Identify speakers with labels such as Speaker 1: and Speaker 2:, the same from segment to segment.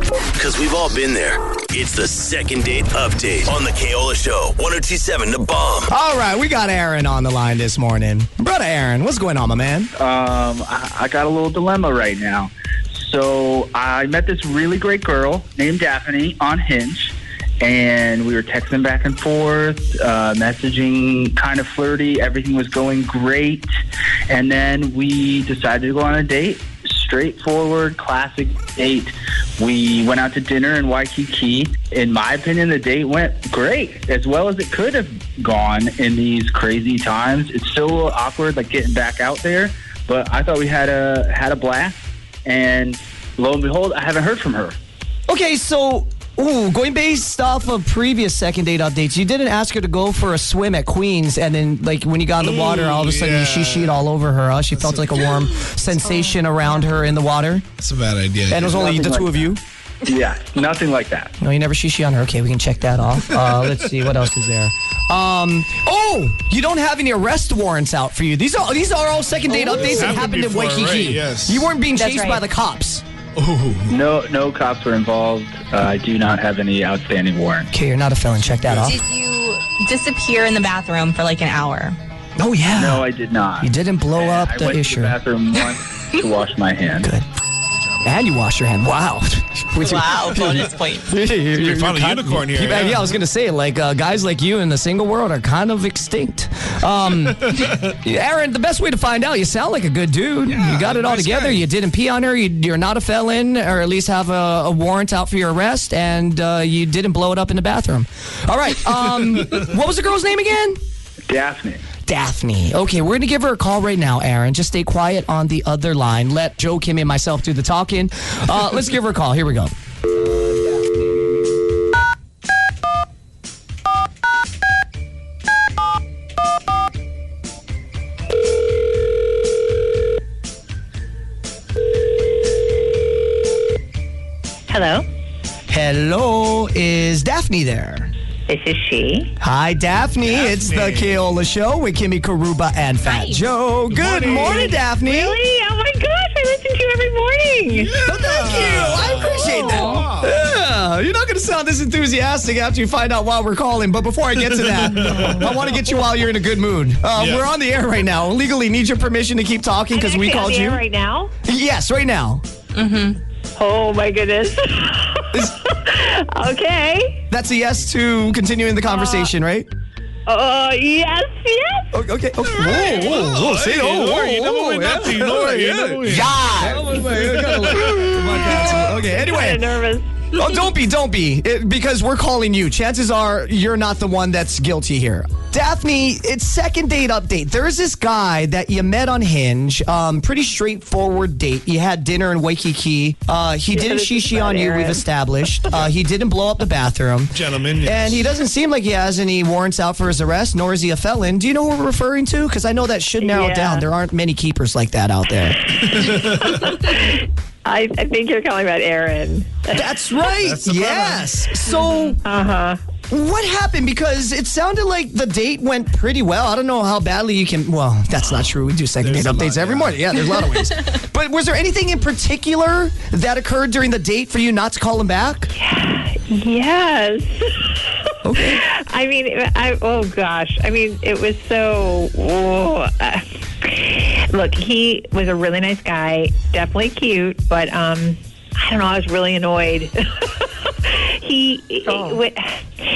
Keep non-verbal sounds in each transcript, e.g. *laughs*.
Speaker 1: because we've all been there. It's the second date update on the Kaola Show, 1027 The Bomb.
Speaker 2: All right, we got Aaron on the line this morning. Brother Aaron, what's going on, my man?
Speaker 3: um, I, I got a little dilemma right now. So I met this really great girl named Daphne on Hinge, and we were texting back and forth, uh, messaging, kind of flirty. Everything was going great, and then we decided to go on a date. Straightforward, classic date. We went out to dinner in Waikiki. In my opinion, the date went great, as well as it could have gone in these crazy times. It's so awkward, like getting back out there but I thought we had a had a blast, and lo and behold, I haven't heard from her.
Speaker 2: Okay, so ooh, going based off of previous second date updates, you didn't ask her to go for a swim at Queens, and then like when you got in the water, all of a sudden you she sheet all over her. Huh? She felt like a warm sensation around her in the water,
Speaker 4: That's a bad idea.
Speaker 2: and it was only the
Speaker 3: Nothing
Speaker 2: two
Speaker 3: like
Speaker 2: of you.
Speaker 3: Yeah, *laughs* nothing like that.
Speaker 2: No, you never she she on her. Okay, we can check that off. Uh, let's see what else is there. Um. Oh, you don't have any arrest warrants out for you. These are these are all second date updates that
Speaker 4: Oh, happened
Speaker 2: happened in
Speaker 4: before,
Speaker 2: Waikiki.
Speaker 4: right, yes.
Speaker 2: You weren't being chased
Speaker 5: right.
Speaker 2: by the cops.
Speaker 4: Ooh.
Speaker 3: No, no cops were involved. Uh, I do not have any outstanding warrants.
Speaker 2: Okay, you're not a felon. Check that off.
Speaker 5: Did you disappear in the bathroom for like an hour?
Speaker 2: Oh yeah.
Speaker 3: No, I did not.
Speaker 2: You didn't blow up
Speaker 3: I
Speaker 2: the
Speaker 3: went
Speaker 2: issue.
Speaker 3: to the bathroom once to wash
Speaker 2: *laughs*
Speaker 3: my hands.
Speaker 2: Good. And you wash your hand. *laughs* Wow. Which-
Speaker 5: Wow, bonus
Speaker 2: *laughs*
Speaker 5: points.
Speaker 2: You're- you're- you're
Speaker 4: found a
Speaker 2: kind-
Speaker 4: unicorn here,
Speaker 2: you- Yeah.
Speaker 4: yeah.
Speaker 2: I was gonna say, like uh, guys like you in the single world are kind of extinct.
Speaker 3: *laughs*
Speaker 2: Um, Aaron, the best way to find out, you sound like a good dude. you got it all
Speaker 4: nice
Speaker 2: together.
Speaker 4: guy.
Speaker 2: You didn't pee on her. You, you're not a felon, or at least have a, a warrant out for your arrest, and uh, you didn't blow it up in the bathroom. All right.
Speaker 3: *laughs*
Speaker 2: Um, what was the girl's name again?
Speaker 3: Daphne.
Speaker 2: Daphne. Okay, we're gonna give her a call right now, Aaron. Just stay quiet on the other line. Let Joe, Kimmy, and myself do the talking. *laughs* Uh, let's give her a call. Here we go.
Speaker 6: Hello,
Speaker 2: Hello, is Daphne there?
Speaker 6: this is she.
Speaker 2: Hi, Daphne. It's the Keola Show with Kimmy Karuba and Fat Joe. Good morning, Daphne.
Speaker 6: Hey, oh my gosh, I listen to you every morning.
Speaker 2: Oh, thank you. I appreciate that. Yeah, you're not going to sound this enthusiastic after you find out why we're calling. But before I get to that, I want to get you while you're in a good mood. Uh,
Speaker 4: Yeah.
Speaker 2: We're on the air right now. Legally, need your permission to keep talking because
Speaker 6: I'm
Speaker 2: we
Speaker 6: actually on
Speaker 2: called
Speaker 6: the
Speaker 2: you.
Speaker 6: air right now.
Speaker 2: Yes, right now.
Speaker 6: Oh my goodness. *laughs*
Speaker 2: *laughs*
Speaker 6: okay.
Speaker 2: That's a yes to continuing the conversation, right?
Speaker 6: Uh, yes, yes.
Speaker 2: O- Okay. Oh, Whoa, whoa, whoa. Say,
Speaker 4: you
Speaker 2: oh,
Speaker 4: know
Speaker 2: whoa,
Speaker 4: it, you know
Speaker 2: whoa,
Speaker 4: it,
Speaker 2: *laughs* yeah.
Speaker 4: nothing, you know it, you know it.
Speaker 2: Yeah. *laughs* Okay,
Speaker 6: Kind
Speaker 2: anyway.
Speaker 6: of nervous.
Speaker 2: Oh, don't be, don't be, It- because we're calling you. Chances are you're not the one that's guilty here. Daphne, it's second date update. There's this guy that you met on Hinge. Um, pretty straightforward date. You had dinner in Waikiki. Uh, he didn't
Speaker 6: this is
Speaker 2: shishi
Speaker 6: about
Speaker 2: on you.
Speaker 6: Aaron.
Speaker 2: We've established. *laughs* Uh, he didn't blow up the bathroom.
Speaker 4: Gentlemen. yes.
Speaker 2: And he doesn't seem like he has any warrants out for his arrest, nor is he a felon. Do you know who we're referring to? Because I know that should narrow it
Speaker 6: Yeah.
Speaker 2: down. There aren't many keepers like that out there.
Speaker 6: I, I think you're calling about Aaron.
Speaker 2: That's right.
Speaker 4: That's the
Speaker 2: yes. So, what happened? Because it sounded like the date went pretty well. I don't know how badly you can. Well, that's not true. We do second
Speaker 4: There's
Speaker 2: date
Speaker 4: a lot, Oh,
Speaker 2: updates every
Speaker 4: yeah.
Speaker 2: morning. Yeah, there's a
Speaker 4: *laughs*
Speaker 2: lot of ways. but was there anything in particular that occurred during the date for you not to call him back?
Speaker 6: Yes.
Speaker 2: Okay.
Speaker 6: *laughs* I mean, I, oh gosh. I mean, it was so. whoa. Uh, look, he was a really nice guy, definitely cute, but um, I don't know. I was really annoyed. *laughs* he
Speaker 2: Oh.
Speaker 6: he,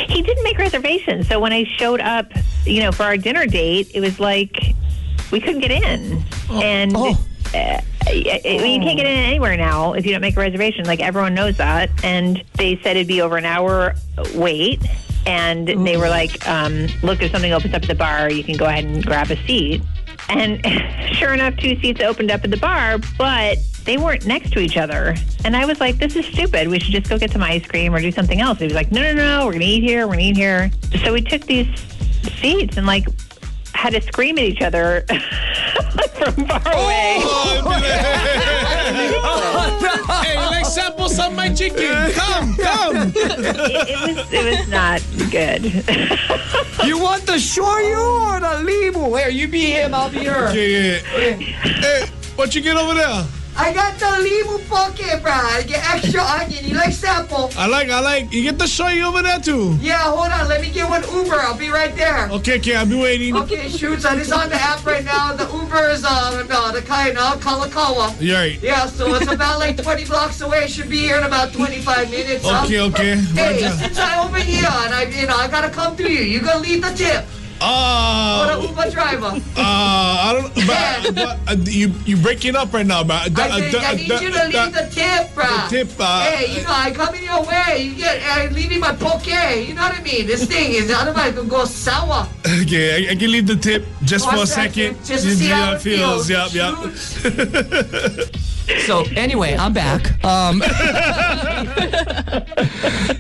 Speaker 6: he didn't make reservations, so when I showed up, you know, for our dinner date, it was like we couldn't get in, and.
Speaker 4: *laughs*
Speaker 2: Oh.
Speaker 6: Uh, I- I- you can't get in anywhere now if you don't make a reservation. Like everyone knows that, and they said it'd be over an hour wait. And they were like, um, "Look, if something opens up at the bar, you can go ahead and grab a seat." And *laughs* sure enough, two seats opened up at the bar, but they weren't next to each other. And I was like, "This is stupid. We should just go get some ice cream or do something else." He was like, "No, no, no. We're gonna eat here. We're gonna eat here." So we took these seats and like had to scream at each other *laughs* from far away.
Speaker 4: hey, let's sample some of my chicken. Come, *laughs* come.
Speaker 6: it, it was it was not good. *laughs*
Speaker 2: you want the shore you or the leave? Where you be him, I'll be her.
Speaker 4: Yeah, yeah. Hey, what you get over there?
Speaker 7: I got the limu poke, bro. I get extra onion. You like sample?
Speaker 4: I like, I like. You get the shoyu over there too.
Speaker 7: Yeah, hold on. Let me get one Uber. I'll be right there.
Speaker 4: Okay, okay, I'll be waiting.
Speaker 7: Okay, shoot, son. It's on the app right now. The Uber is on uh, the kind of Kalakawa.
Speaker 4: You're right.
Speaker 7: Yeah, so it's about like 20 blocks away. It should be here in about 25 minutes. huh?
Speaker 4: Okay, okay.
Speaker 7: Hey,
Speaker 4: Roger.
Speaker 7: since I'm over here and I, you know, I gotta come to you. You gonna leave the tip for
Speaker 4: Uh,
Speaker 7: the Uber driver.
Speaker 4: uh, I don't. But,
Speaker 7: *laughs*
Speaker 4: but uh, you you breaking up right now, but uh,
Speaker 7: I think I need you to leave the tip, bro.
Speaker 4: tip, uh,
Speaker 7: hey, you know, I come in your way. You get, I leave you my poke. You know what I mean? This thing is otherwise gonna go sour.
Speaker 4: Okay, I, I can leave the tip just
Speaker 7: One
Speaker 4: for a
Speaker 7: second,
Speaker 4: second.
Speaker 7: just to see how it feels.
Speaker 4: Yep, yep.
Speaker 7: *laughs*
Speaker 2: So anyway, I'm back. Um, *laughs*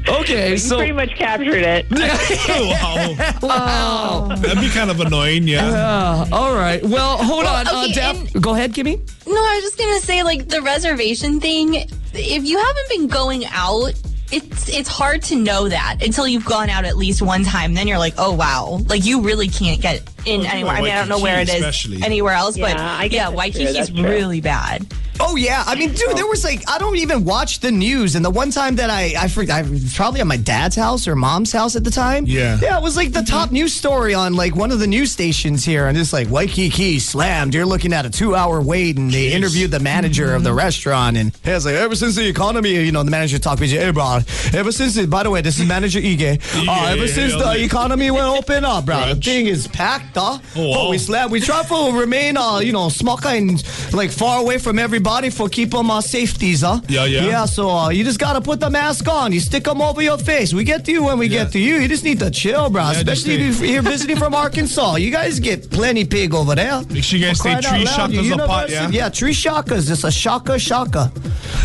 Speaker 2: okay, so
Speaker 6: Pretty much captured
Speaker 3: *laughs*
Speaker 6: it.
Speaker 4: Oh, wow.
Speaker 2: wow.
Speaker 4: That'd be kind of annoying, yeah.
Speaker 2: Uh, all right. Well, hold on, uh,
Speaker 5: okay,
Speaker 2: Daph. Go ahead, Kimmy.
Speaker 5: No, I was just gonna say like the reservation thing. If you haven't been going out, it's it's hard to know that until you've gone out at least one time. Then you're like, oh wow, like you really can't get in
Speaker 4: Well,
Speaker 5: anywhere. I mean, I don't know where it is
Speaker 4: especially.
Speaker 5: anywhere else, but
Speaker 6: Yeah, I guess
Speaker 5: yeah,
Speaker 6: that's true,
Speaker 5: Waikiki's
Speaker 6: that's true.
Speaker 5: really bad.
Speaker 2: Oh yeah, I mean, dude, there was like I don't even watch the news. And the one time that I I, forg- I was probably at my dad's house or mom's house at the time.
Speaker 4: Yeah.
Speaker 2: yeah, it was like the top news story on like one of the news stations here, and it's like Waikiki slammed. You're looking at a two hour wait, and they interviewed the manager of the
Speaker 4: Mm-hmm.
Speaker 2: restaurant, and it was like ever since the economy, you know, the manager talked to you, hey, bro, ever since it, by the way, this is manager Ige. Uh,
Speaker 4: Ige,
Speaker 2: ever since
Speaker 4: yeah,
Speaker 2: the
Speaker 4: yeah.
Speaker 2: economy went open up,
Speaker 4: *laughs*
Speaker 2: bro, the
Speaker 4: Right.
Speaker 2: thing is packed, uh." huh?
Speaker 4: Oh, wow.
Speaker 2: But we slap. We try to remain, uh, you know, small and like far away from everybody for keep them uh, safeties, huh?
Speaker 4: Yeah, yeah.
Speaker 2: Yeah. So uh, you just gotta put the mask on. You stick them over your face. We get to you when we get to you. You just need to chill, bro.
Speaker 4: just
Speaker 2: Especially
Speaker 4: stay-
Speaker 2: if you're visiting
Speaker 4: *laughs*
Speaker 2: from Arkansas. You guys get plenty pig over there.
Speaker 4: Make sure you guys
Speaker 2: For
Speaker 4: stay
Speaker 2: crying
Speaker 4: tree
Speaker 2: out loud,
Speaker 4: shockers
Speaker 2: you
Speaker 4: apart, yeah?
Speaker 2: university- Yeah, tree shockers. It's a shaka shaka.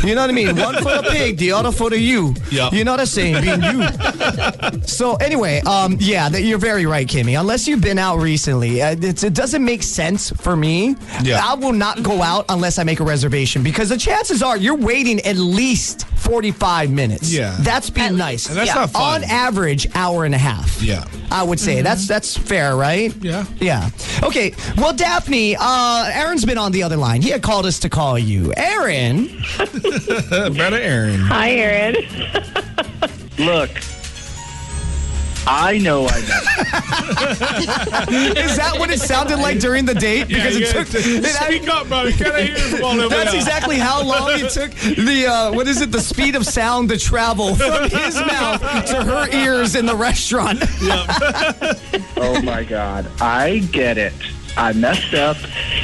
Speaker 2: You know what I mean? One for
Speaker 4: *laughs*
Speaker 2: the pig, the other for the you.
Speaker 4: Yeah.
Speaker 2: You know what I'm saying? Being you. So anyway, um, yeah, that you're very right, Kimmy. Unless you've been out recently, uh, it's, it doesn't make sense for me.
Speaker 4: Yeah.
Speaker 2: I will not go out unless I make a reservation because the chances are you're waiting at least 45 minutes.
Speaker 4: Yeah.
Speaker 2: that's being
Speaker 5: At
Speaker 2: nice.
Speaker 5: least.
Speaker 4: And that's
Speaker 5: Yeah.
Speaker 4: not fun. Mm-hmm.
Speaker 2: On average, hour and a half.
Speaker 4: Yeah.
Speaker 2: I would say that's that's fair, right?
Speaker 4: Yeah.
Speaker 2: yeah. Okay, well, Daphne, uh, Aaron's been on the other line. He had called us to call you, Aaron.
Speaker 4: Brother Aaron.
Speaker 6: Hi, Aaron.
Speaker 3: Look, I know I know.
Speaker 2: Is that what it sounded like during the date? *laughs* Because
Speaker 4: yeah,
Speaker 2: it took. *laughs* it
Speaker 4: speak up, bro. You gotta hear from all over
Speaker 2: That's
Speaker 4: there.
Speaker 2: exactly how long it took the uh, what is it? The speed of sound to travel from his mouth to her ears in the restaurant. *laughs*
Speaker 3: Oh my God. I get it. I messed up.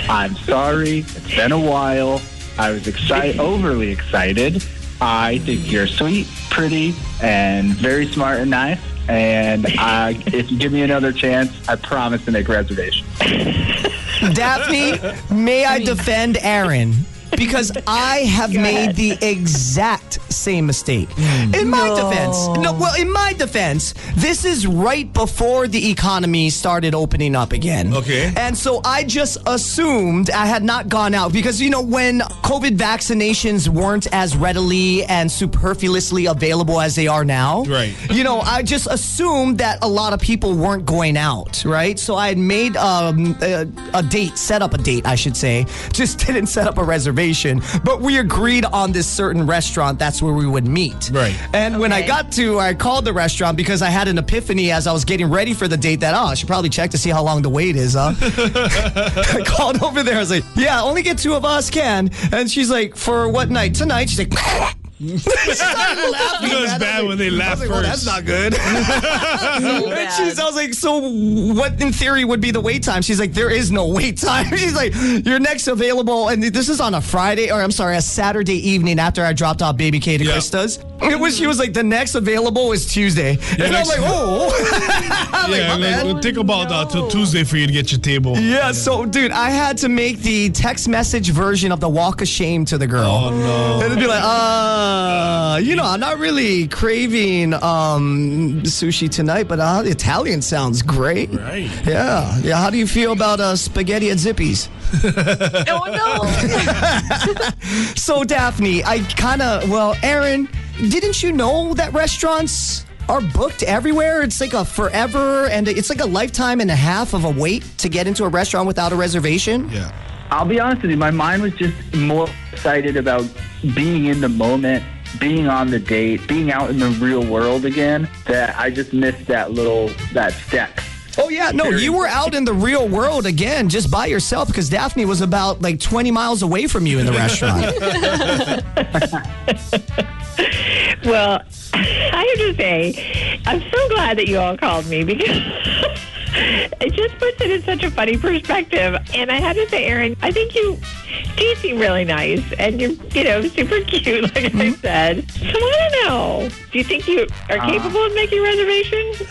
Speaker 3: I'm sorry. It's been a while. I was excited, overly excited. I think you're sweet, pretty, and very smart and nice. And I, if you give me another chance, I promise to make reservations.
Speaker 2: Daphne, may I defend Aaron? Because I have made the exact same mistake. In my defense, no, well, in my defense, this is right before the economy started opening up again.
Speaker 4: Okay.
Speaker 2: And so I just assumed I had not gone out because, you know, when COVID vaccinations weren't as readily and superfluously available as they are now,
Speaker 4: Right.
Speaker 2: you know, I just assumed that a lot of people weren't going out, right? So I had made um, a, a date, set up a date, I should say. *laughs* Just didn't set up a reservation, but we agreed on this certain restaurant. That's where we would meet.
Speaker 4: Right.
Speaker 2: And when I
Speaker 5: Okay.
Speaker 2: got to, I called the restaurant because I had an epiphany as I was getting ready for the date that oh, I should probably check to see how long the wait is. Huh? *laughs* I called over there. I was like, "Yeah, only get two of us can." And she's like, "For what night? Tonight?"
Speaker 4: *laughs*
Speaker 2: She's like. *laughs* she started laughing.
Speaker 4: You know it's
Speaker 2: man. I was
Speaker 4: bad
Speaker 2: like-
Speaker 4: when they laugh
Speaker 2: I was like, Well, that's
Speaker 4: first."
Speaker 2: not good. *laughs* And she's, I was like, so what in theory would be the wait time? She's like, there is no wait time. *laughs* She's like, your next available, and this is on a Friday, or I'm sorry, a Saturday evening after I dropped off baby K to
Speaker 4: Yeah.
Speaker 2: Krista's. It was, she was like, the next available is Tuesday. and I'm
Speaker 4: next-
Speaker 2: like,
Speaker 4: *laughs*
Speaker 2: oh.
Speaker 4: yeah,
Speaker 2: my bad.
Speaker 4: we'll take about uh, till Tuesday for you to get your table.
Speaker 2: Yeah, so dude, I had to make the text message version of the walk of shame to the girl.
Speaker 4: Oh, no.
Speaker 2: It'd be like, uh, you know, I'm not really craving um, sushi tonight, but uh, Italian sounds great.
Speaker 4: Right.
Speaker 2: Yeah. Yeah. How do you feel about uh, spaghetti at Zippy's?
Speaker 5: Oh no!
Speaker 2: So, Daphne, I kind of, well, Aaron, didn't you know that restaurants are booked everywhere? It's like a forever and it's like a lifetime and a half of a wait to get into a restaurant without a reservation.
Speaker 4: Yeah.
Speaker 3: I'll be honest with you, my mind was just more excited about being in the moment, being on the date, being out in the real world again, that I just missed that little that step.
Speaker 2: Oh yeah, no,
Speaker 3: Very-
Speaker 2: you were out in the real world again, just by yourself, because Daphne was about like 20 miles away from you in the restaurant.
Speaker 6: Well, I have to say, I'm so glad that you all called me because *laughs* it just puts it in such a funny perspective. And I have to say, Erin, I think you do seem really nice and you're, you know, super cute, *laughs* like I
Speaker 3: Mm-hmm.
Speaker 6: said. So I don't know. Do you think you are
Speaker 3: Uh.
Speaker 6: capable of
Speaker 3: *laughs*
Speaker 6: making reservations?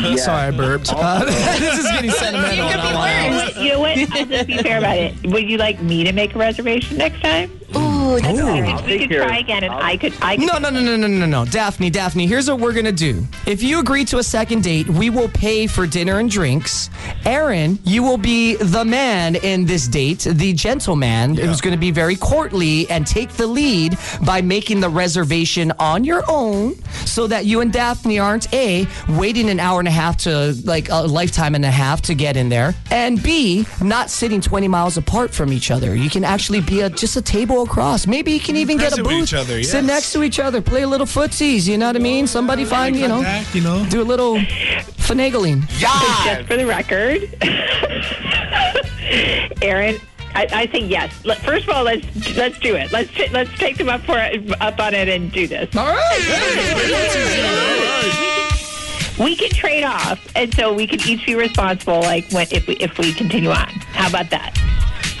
Speaker 3: Yeah.
Speaker 2: Sorry, I burped. Uh, *laughs* this is
Speaker 5: *laughs*
Speaker 2: getting
Speaker 5: It
Speaker 2: sentimental. and
Speaker 5: could
Speaker 2: I wanna-
Speaker 5: be worse.
Speaker 6: But you know what? I'll just be fair about it. Would you like me to make a reservation next time?
Speaker 5: *laughs* Ooh, that's good.
Speaker 6: We could, we
Speaker 3: take
Speaker 6: could
Speaker 3: care of
Speaker 6: try
Speaker 3: it.
Speaker 6: again, and I could. I could
Speaker 2: No, no, no, no, no, no, no. Daphne, Daphne, here's what we're going to do. If you agree to a second date, we will pay for dinner and drinks. Aaron, you will be the man in this date, the gentleman who's going to be very courtly and take the lead by making the reservation on your own so that you and Daphne aren't A, waiting an hour and a half to like a lifetime and a half to get in there, and B, not sitting 20 miles apart from each other. You can actually be a, just a table across. Maybe you can even get a
Speaker 4: Present with
Speaker 2: booth.
Speaker 4: each other,
Speaker 2: Sit
Speaker 4: yes.
Speaker 2: next to each other, play a little footsies, you know what I mean? Somebody find, you know,
Speaker 4: Contact, you know.
Speaker 2: do a little finagling.
Speaker 6: just for the record, *laughs* Aaron, I, I say yes. Let, first of all, let's let's do it. Let's t- let's take them up for it, up on it and do this.
Speaker 2: All right.
Speaker 6: We can trade off, and so we can each be responsible. Like when if we if we continue on, how about that?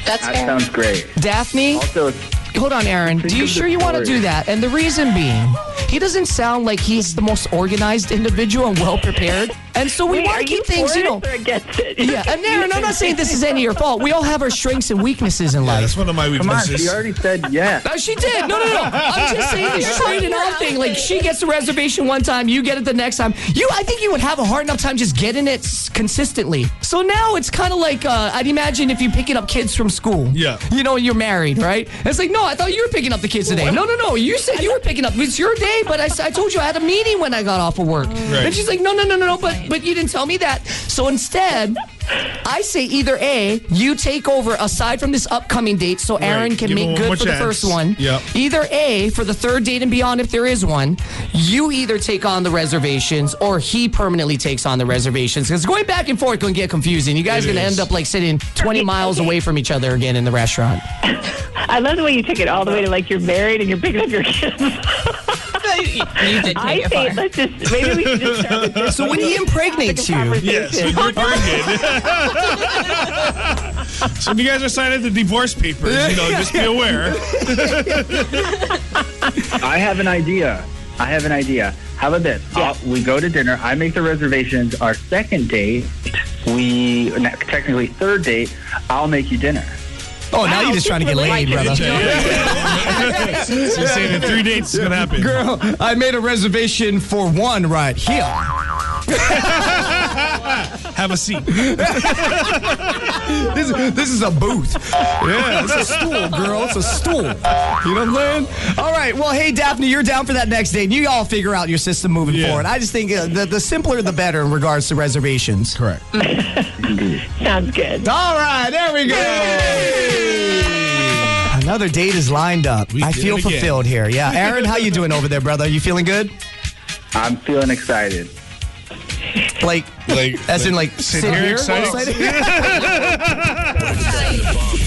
Speaker 5: That's
Speaker 3: That
Speaker 5: fair.
Speaker 3: sounds great.
Speaker 2: Daphne,
Speaker 3: Also,
Speaker 2: hold on, Aaron. Do you
Speaker 3: of the
Speaker 2: sure you want to
Speaker 3: story.
Speaker 2: do that? And the reason being, he doesn't sound like he's the most organized individual and well prepared. And so we
Speaker 6: Wait,
Speaker 2: want
Speaker 6: are
Speaker 2: to keep
Speaker 6: you
Speaker 2: things,
Speaker 6: for
Speaker 2: you know.
Speaker 6: it or against it? *laughs*
Speaker 2: Yeah, and Aaron, I'm not saying this is any of your fault. We all have our strengths and weaknesses in life.
Speaker 4: That's one of my
Speaker 3: come on, she
Speaker 4: weaknesses.
Speaker 3: already said yes.
Speaker 2: *laughs* Uh, she did. No, no, no. I'm just saying this trade and off thing. Like she gets the reservation one time, you get it the next time. You, I think you would have a hard enough time just getting it s- consistently. So now it's kind of like uh, I'd imagine if you're picking up kids from school.
Speaker 4: Yeah.
Speaker 2: You know, you're married, right? It's like, no, I thought you were picking up the kids today. No, no, no. You said you were picking up. It's your day, but I, s- I told you I had a meeting when I got off of work. And she's like, no, no, no, no, no. But but you didn't tell me that. So instead. I say either A, you take over aside from this upcoming date so Aaron
Speaker 4: Right.
Speaker 2: can
Speaker 4: Give him
Speaker 2: make
Speaker 4: one more
Speaker 2: good for the
Speaker 4: chance.
Speaker 2: first one.
Speaker 4: Yep.
Speaker 2: Either A, for the third date and beyond, if there is one, you either take on the reservations or he permanently takes on the reservations. Because going back and forth can get confusing. You guys
Speaker 4: It
Speaker 2: going to
Speaker 4: is.
Speaker 2: end up like sitting 20
Speaker 6: Okay,
Speaker 2: miles
Speaker 6: okay.
Speaker 2: away from each other again in the restaurant.
Speaker 6: I love the way you took it all the way to like you're married and you're picking up
Speaker 2: *laughs*
Speaker 6: your kids.
Speaker 5: You did
Speaker 6: I
Speaker 5: take it
Speaker 6: say
Speaker 5: far.
Speaker 6: let's just maybe we can
Speaker 2: *laughs*
Speaker 6: just start with this.
Speaker 2: So when he impregnates you,
Speaker 4: Yes, when you're pregnant. *laughs* so when you guys are signing the divorce papers, you know, just be aware.
Speaker 3: I have an idea. I have an idea. How about this? I'll- we go to dinner. I make the reservations. Our second date, we no, technically third date. I'll make you dinner.
Speaker 2: oh, now you're just trying to get laid, brother.
Speaker 4: So you're saying in three dates is going to happen.
Speaker 2: Girl, I made a reservation for one right here.
Speaker 4: Have a seat.
Speaker 2: This, this is a booth. Yeah, it's a stool, girl. It's a stool. You know what I'm saying? All right. Well, hey, Daphne, you're down for that next date. You all figure out your system moving
Speaker 4: Yeah.
Speaker 2: forward. I just think uh, the, the simpler the better in regards to reservations. Correct.
Speaker 6: Sounds good.
Speaker 2: All right. There we go. Another date is lined up.
Speaker 4: We
Speaker 2: I
Speaker 4: did
Speaker 2: feel
Speaker 4: it again.
Speaker 2: fulfilled here. Yeah. Aaron, how you doing over there, brother? You feeling good?
Speaker 3: I'm feeling excited.
Speaker 2: Like,
Speaker 4: Like,
Speaker 2: as in like
Speaker 4: sit here excited?
Speaker 2: excited?